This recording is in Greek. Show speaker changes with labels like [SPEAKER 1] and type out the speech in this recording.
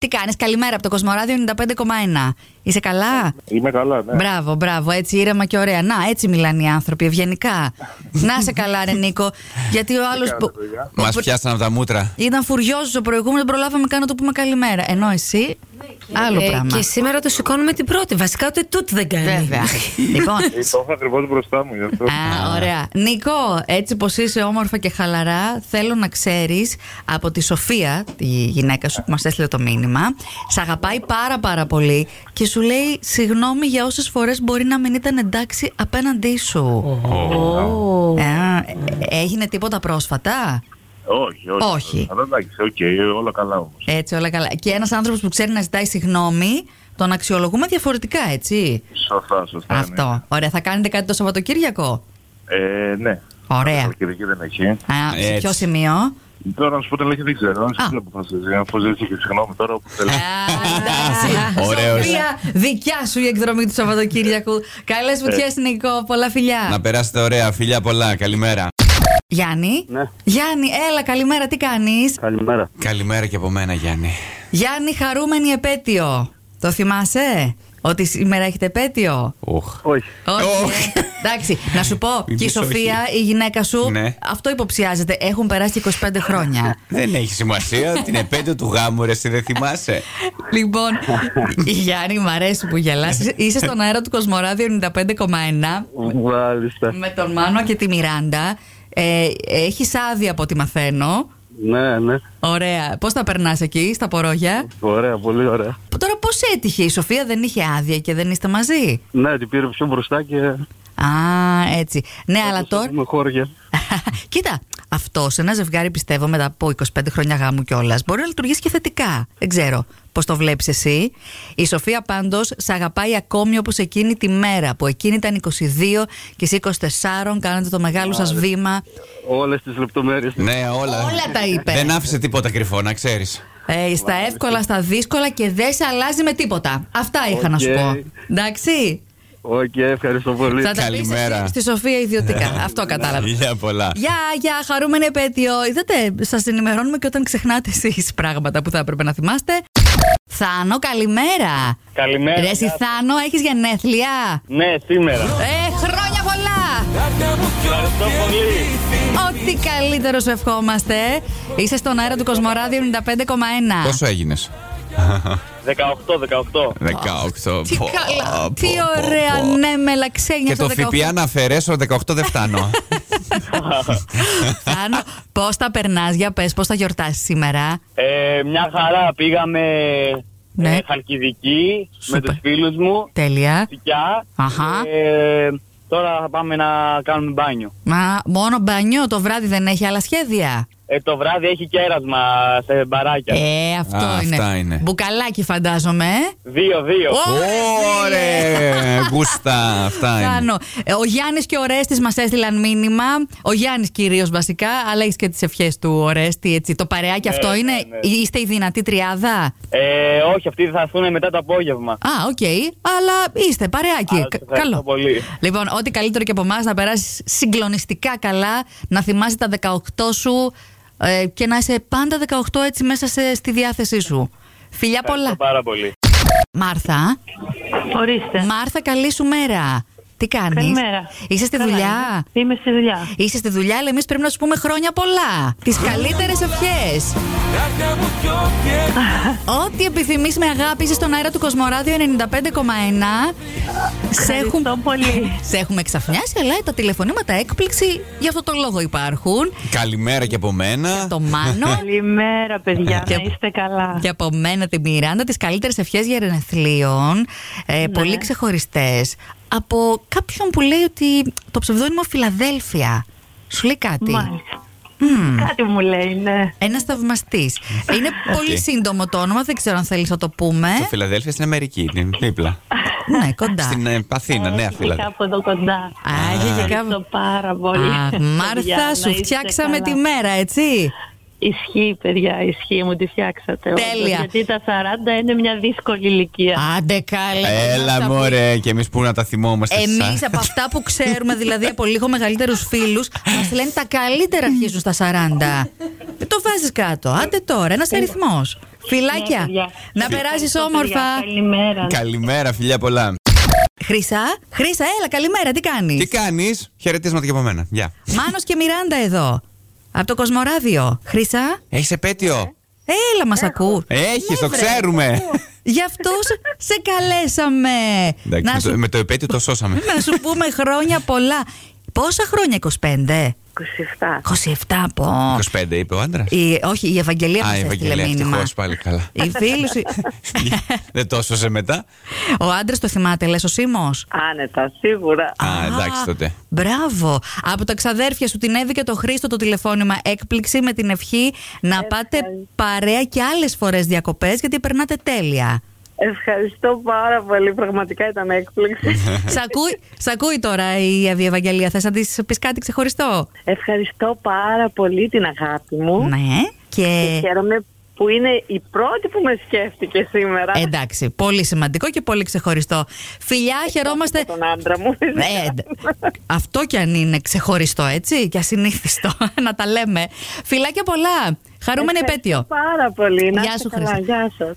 [SPEAKER 1] Τι κάνεις, καλημέρα από το Κοσμοράδιο 95,1. Είσαι καλά.
[SPEAKER 2] Είμαι καλά, ναι.
[SPEAKER 1] Μπράβο, μπράβο, έτσι ήρεμα και ωραία. Να, έτσι μιλάνε οι άνθρωποι, ευγενικά. Να σε καλά, ρε Νίκο. Γιατί ο άλλος.
[SPEAKER 2] κάνετε, παιδιά?
[SPEAKER 3] Μας πιάσαν από τα μούτρα.
[SPEAKER 1] Ήταν φουριόζο ο προηγούμενος, δεν προλάβαμε καν να του πούμε καλημέρα. Ενώ εσύ. Άλλο
[SPEAKER 4] Ε,
[SPEAKER 1] πράγμα.
[SPEAKER 4] Και σήμερα το σηκώνουμε την πρώτη. Βασικά ούτε τούτο δεν κάνει.
[SPEAKER 1] Βέβαια. λοιπόν.
[SPEAKER 2] Ε, Το είχα ακριβώς μπροστά μου γι' αυτό.
[SPEAKER 1] Α, ωραία. Νίκο, έτσι πως είσαι όμορφα και χαλαρά, θέλω να ξέρεις από τη Σοφία, τη γυναίκα σου που μας έστειλε το μήνυμα, σ' αγαπάει πάρα πάρα πολύ και σου λέει συγγνώμη για όσες φορές μπορεί να μην ήταν εντάξει απέναντί σου.
[SPEAKER 4] Ω.
[SPEAKER 1] Ε, ε, έγινε τίποτα πρόσφατα.
[SPEAKER 2] Όχι, όχι.
[SPEAKER 1] Όχι.
[SPEAKER 2] Αλλά εντάξει, οκ, όλα καλά όμως.
[SPEAKER 1] Έτσι όλα καλά. Και ένας άνθρωπος που ξέρει να ζητάει συγγνώμη, τον αξιολογούμε διαφορετικά, έτσι.
[SPEAKER 2] Σωστά, σωστά. ναι.
[SPEAKER 1] Αυτό. Ωραία. Θα κάνετε κάτι το Σαββατοκύριακο.
[SPEAKER 2] Ε, ναι.
[SPEAKER 1] Ωραία.
[SPEAKER 2] Κυριακή δεν έχει.
[SPEAKER 1] Α, σε ποιο
[SPEAKER 3] Έτσι.
[SPEAKER 1] σημείο.
[SPEAKER 2] Τώρα να σου πω την αλήθεια δεν ξέρω. Αν
[SPEAKER 1] Α.
[SPEAKER 2] σου αποφασίζει, αφού ζήτησε και συγγνώμη τώρα που θέλει.
[SPEAKER 1] Εντάξει.
[SPEAKER 3] Ωραίος.
[SPEAKER 1] Σοφία, δικιά σου η εκδρομή του Σαββατοκύριακου. Καλές βουτιές, Νικό. Πολλά
[SPEAKER 3] Να
[SPEAKER 1] φιλιά.
[SPEAKER 3] περάσετε ωραία. Φιλιά πολλά. Καλημέρα.
[SPEAKER 1] Γιάννη.
[SPEAKER 5] Ναι.
[SPEAKER 1] Γιάννη, έλα, καλημέρα, τι κάνεις.
[SPEAKER 5] Καλημέρα.
[SPEAKER 3] Καλημέρα και από μένα, Γιάννη.
[SPEAKER 1] Γιάννη, χαρούμενη επέτειο. Το θυμάσαι ότι σήμερα έχετε επέτειο.
[SPEAKER 3] Ουχ.
[SPEAKER 5] Όχι.
[SPEAKER 1] Όχι.
[SPEAKER 3] Όχι.
[SPEAKER 1] ε. Εντάξει, να σου πω
[SPEAKER 3] Μην
[SPEAKER 1] και η
[SPEAKER 3] πεις όχι.
[SPEAKER 1] Σοφία, η γυναίκα σου,
[SPEAKER 3] Ναι.
[SPEAKER 1] αυτό υποψιάζεται. Έχουν περάσει 25 χρόνια.
[SPEAKER 3] Δεν έχει σημασία. Την επέτειο του γάμου, ρε, εσύ δεν θυμάσαι.
[SPEAKER 1] Λοιπόν, Γιάννη, μ' αρέσει που γελάς. Είσαι- Είσαι στον αέρα του Κοσμοράδιου 95,1.
[SPEAKER 5] Μάλιστα.
[SPEAKER 1] με τον Μάνο και τη Μιράντα. Ε, Έχεις άδεια από ό,τι μαθαίνω.
[SPEAKER 5] Ναι, ναι.
[SPEAKER 1] Ωραία. Πώς τα περνάς εκεί, στα πορόγια.
[SPEAKER 5] Ωραία, πολύ ωραία.
[SPEAKER 1] Τώρα πώς έτυχε, η Σοφία δεν είχε άδεια και δεν είστε μαζί.
[SPEAKER 5] Ναι, την πήρε πιο μπροστά και.
[SPEAKER 1] Α, έτσι. Ναι, αλλά τώρα.
[SPEAKER 5] Με χώρια.
[SPEAKER 1] Κοίτα, αυτό σε ένα ζευγάρι πιστεύω μετά από 25 χρόνια γάμου κιόλας μπορεί να λειτουργήσει και θετικά. Δεν ξέρω πώς το βλέπεις εσύ. Η Σοφία πάντως σε αγαπάει ακόμη όπως εκείνη τη μέρα που εκείνη ήταν 22 και εσύ 24, κάνατε το μεγάλο σας βήμα.
[SPEAKER 5] Όλες τις λεπτομέρειες.
[SPEAKER 3] Ναι, όλα.
[SPEAKER 1] Όλα τα είπε.
[SPEAKER 3] Δεν άφησε τίποτα κρυφό, να ξέρεις.
[SPEAKER 1] Ε, στα εύκολα, στα δύσκολα και δεν σε αλλάζει με τίποτα. Αυτά είχα να σου
[SPEAKER 5] Οκ.
[SPEAKER 1] πω. Εντάξει.
[SPEAKER 5] Οκ, ευχαριστώ πολύ.
[SPEAKER 1] Θα τα πεις
[SPEAKER 3] Καλημέρα. Ε,
[SPEAKER 1] εσύ στη Σοφία ιδιωτικά. Αυτό κατάλαβα.
[SPEAKER 3] Φιλιά πολλά.
[SPEAKER 1] Γεια, γεια, χαρούμενη επέτειο. Είδατε, σας ενημερώνουμε και όταν ξεχνάτε εσείς πράγματα που θα έπρεπε να θυμάστε. Θάνο, καλημέρα.
[SPEAKER 6] Καλημέρα.
[SPEAKER 1] Ρε, εσύ Θάνο, έχεις γενέθλια.
[SPEAKER 6] Ναι, σήμερα.
[SPEAKER 1] Ε, χρόνια πολλά!
[SPEAKER 6] Ευχαριστώ πολύ.
[SPEAKER 1] Ό,τι καλύτερο σου ευχόμαστε. Είσαι στον αέρα του Κοσμοράδιου 95,1.
[SPEAKER 3] Πόσο έγινες. 18.
[SPEAKER 6] 18-18.
[SPEAKER 1] Τι
[SPEAKER 3] Πω,
[SPEAKER 1] καλά,
[SPEAKER 3] πω,
[SPEAKER 1] τι
[SPEAKER 3] πω,
[SPEAKER 1] ωραία Ναι,
[SPEAKER 3] πω.
[SPEAKER 1] ανέμελα ξένια
[SPEAKER 3] Και το
[SPEAKER 1] 18.
[SPEAKER 3] ΦΠΑ να αφαιρέσω 18 δεν φτάνω.
[SPEAKER 1] Θάνο, πώς τα περνάς, για πες, πώς θα γιορτάσεις σήμερα.
[SPEAKER 6] Ε, μια χαρά. Πήγαμε
[SPEAKER 1] Ναι.
[SPEAKER 6] ε, Χαλκιδική
[SPEAKER 1] Σούπερ.
[SPEAKER 6] με τους φίλους μου.
[SPEAKER 1] Τέλεια.
[SPEAKER 6] Τικιά.
[SPEAKER 1] Αχα.
[SPEAKER 6] Ε, τώρα θα πάμε να κάνουμε μπάνιο.
[SPEAKER 1] Μα μόνο μπανιό το βράδυ δεν έχει άλλα σχέδια.
[SPEAKER 6] Ε, το βράδυ έχει κέρασμα σε μπαράκια.
[SPEAKER 1] Ε, αυτό
[SPEAKER 3] Α,
[SPEAKER 1] είναι.
[SPEAKER 3] αυτά είναι.
[SPEAKER 1] Μπουκαλάκι φαντάζομαι. ε.
[SPEAKER 6] Δύο-δύο.
[SPEAKER 3] Ωρε! Γούστα, αυτά είναι.
[SPEAKER 1] Θάνο, ε, ο Γιάννης και ο Ρέστης μας έστειλαν μήνυμα. Ο Γιάννης κυρίως βασικά, αλλά έχεις και τις ευχές του ο Ρέστη. Έτσι. Το παρεάκι αυτό
[SPEAKER 6] ναι,
[SPEAKER 1] είναι,
[SPEAKER 6] ναι.
[SPEAKER 1] είστε η δυνατή τριάδα.
[SPEAKER 6] Ε, όχι, αυτοί θα έρθουν μετά το απόγευμα.
[SPEAKER 1] Α, οκ. Αλλά είστε παρεάκι.
[SPEAKER 6] Α,
[SPEAKER 1] Κα-
[SPEAKER 6] ευχαριστώ πολύ.
[SPEAKER 1] Λοιπόν, ό,τι καλύτερο και από εμάς να περάσεις συγκλονιστικά καλά, να θυμάσαι τα 18 σου ε, και να είσαι πάντα 18 έτσι μέσα σε, στη διάθεσή σου. Φιλιά πολλά.
[SPEAKER 6] Ευχαριστώ πάρα πολύ.
[SPEAKER 1] Μάρθα.
[SPEAKER 7] Ορίστε.
[SPEAKER 1] Μάρθα, καλή σου μέρα. Τι κάνεις.
[SPEAKER 7] Καλημέρα.
[SPEAKER 1] Είσαι στη
[SPEAKER 7] Καλά
[SPEAKER 1] δουλειά.
[SPEAKER 7] είμαι. Είμαι στη δουλειά.
[SPEAKER 1] Είσαι στη δουλειά, αλλά εμείς πρέπει να σου πούμε χρόνια πολλά. Τις καλύτερες ευχές. Ό,τι επιθυμείς με αγάπη, είσαι στον αέρα του Κοσμοράδιο 95,1. Σε, έχουν...
[SPEAKER 7] Ευχαριστώ πολύ.
[SPEAKER 1] Σε έχουμε ξαφνιάσει, αλλά τα τηλεφωνήματα έκπληξη γι' αυτό το λόγο υπάρχουν.
[SPEAKER 3] Καλημέρα και από μένα.
[SPEAKER 1] Το Μάνο
[SPEAKER 7] Καλημέρα, παιδιά.
[SPEAKER 1] Και-
[SPEAKER 7] Να είστε καλά.
[SPEAKER 1] και από μένα τη Μιράντα τις καλύτερες ευχές για ρενεθλίων, ε,
[SPEAKER 7] Ναι.
[SPEAKER 1] πολύ ξεχωριστές, από κάποιον που λέει ότι το ψευδόνυμο Φιλαδέλφια. Σου λέει κάτι.
[SPEAKER 7] Μάλιστα.
[SPEAKER 1] Μμμ.
[SPEAKER 7] Κάτι μου λέει, ναι.
[SPEAKER 1] Ένας θαυμαστής. Είναι πολύ σύντομο το όνομα, δεν ξέρω αν θέλεις να το πούμε.
[SPEAKER 3] Το Φιλαδέλφια στην Αμερική, είναι δίπλα.
[SPEAKER 1] ναι, κοντά.
[SPEAKER 3] Στην ε, Αθήνα, Νέα
[SPEAKER 7] Έχει
[SPEAKER 3] Φιλαδέλφια.
[SPEAKER 7] Κάπου εδώ κοντά.
[SPEAKER 1] Α, είχε και
[SPEAKER 7] Ευχαριστώ
[SPEAKER 1] κάπου.
[SPEAKER 7] πάρα πολύ.
[SPEAKER 1] Αχ,
[SPEAKER 7] Παιδιά, να
[SPEAKER 1] Μάρθα, σου
[SPEAKER 7] είστε
[SPEAKER 1] φτιάξαμε τη
[SPEAKER 7] καλά.
[SPEAKER 1] μέρα, έτσι.
[SPEAKER 7] Ισχύει, παιδιά, ισχύει, μου τη φτιάξατε. όντως.
[SPEAKER 1] Τέλεια.
[SPEAKER 7] Γιατί τα 40 είναι μια δύσκολη ηλικία.
[SPEAKER 1] Άντε καλέ.
[SPEAKER 7] Ε,
[SPEAKER 3] Έλα μωρέ, και εμείς που να τα θυμόμαστε.
[SPEAKER 1] Εμείς
[SPEAKER 3] σαν-
[SPEAKER 1] από αυτά που ξέρουμε, δηλαδή από λίγο μεγαλύτερους φίλους, μας λένε τα καλύτερα αρχίζουν στα 40. Δεν το βάζεις κάτω. Άντε τώρα, ένας αριθμός. Φιλάκια.
[SPEAKER 7] Ναι, παιδιά.
[SPEAKER 1] να
[SPEAKER 7] Ευχαριστώ,
[SPEAKER 1] περάσεις
[SPEAKER 7] παιδιά.
[SPEAKER 1] όμορφα.
[SPEAKER 7] Καλημέρα.
[SPEAKER 3] Καλημέρα, φιλιά πολλά.
[SPEAKER 1] Χρυσά, Χρυσά, έλα, καλημέρα, τι
[SPEAKER 3] Τι
[SPEAKER 1] κάνεις.
[SPEAKER 3] κάνει, χαιρετίσματα και από μένα. Γεια.
[SPEAKER 1] Μάνος και Μιράντα εδώ. Από το Κοσμοράδιο. Χρυσά,
[SPEAKER 3] Έχεις
[SPEAKER 1] Ναι,
[SPEAKER 3] επέτειο.
[SPEAKER 1] έλα, μας ακού.
[SPEAKER 3] Έχεις,
[SPEAKER 1] Ναι,
[SPEAKER 3] το ξέρουμε.
[SPEAKER 1] Γι' αυτό σε- σε καλέσαμε.
[SPEAKER 3] Εντάξει, με, το, με το επέτειο το σώσαμε.
[SPEAKER 1] να σου πούμε χρόνια πολλά. Πόσα χρόνια, 25?
[SPEAKER 7] 27.
[SPEAKER 1] 27 από.
[SPEAKER 3] 25 είπε ο άντρας.
[SPEAKER 1] Η, όχι, η Ευαγγελία
[SPEAKER 3] Α,
[SPEAKER 1] μας
[SPEAKER 3] η
[SPEAKER 1] έστειλε
[SPEAKER 3] Ευαγγελία,
[SPEAKER 1] μήνυμα.
[SPEAKER 3] ευτυχώς, πάλι καλά.
[SPEAKER 1] Η φίλη σου.
[SPEAKER 3] Δεν το σώσε μετά.
[SPEAKER 1] ο άντρας το θυμάται, λες ο Σίμος
[SPEAKER 7] Άνετα, σίγουρα.
[SPEAKER 3] Α, εντάξει τότε.
[SPEAKER 1] Μπράβο. Από τα ξαδέρφια σου την Εύη και το Χρήστο το τηλεφώνημα έκπληξη με την ευχή να πάτε παρέα και άλλες φορές διακοπές γιατί περνάτε τέλεια.
[SPEAKER 7] Ευχαριστώ πάρα πολύ. Πραγματικά ήταν έκπληξη.
[SPEAKER 1] σ, ακούει, σ' ακούει τώρα η Εύη Ευαγγελία. Θες να της πεις κάτι ξεχωριστό.
[SPEAKER 7] Ευχαριστώ πάρα πολύ την αγάπη μου.
[SPEAKER 1] Ναι. Και.
[SPEAKER 7] Και χαίρομαι που είναι η πρώτη που με σκέφτηκε σήμερα.
[SPEAKER 1] Ε, Εντάξει, πολύ σημαντικό και πολύ ξεχωριστό. Φιλιά, χαιρόμαστε.
[SPEAKER 7] Από Τον άντρα μου.
[SPEAKER 1] Ναι, εντε- αυτό κι αν είναι ξεχωριστό, έτσι, και ασυνήθιστο να τα λέμε. Φιλάκια πολλά. Χαρούμενη επέτειο.
[SPEAKER 7] Πάρα πολύ. Να
[SPEAKER 1] Γεια
[SPEAKER 7] είστε
[SPEAKER 1] σου,
[SPEAKER 7] καλά.
[SPEAKER 1] Χρυσή.
[SPEAKER 7] Γεια σας.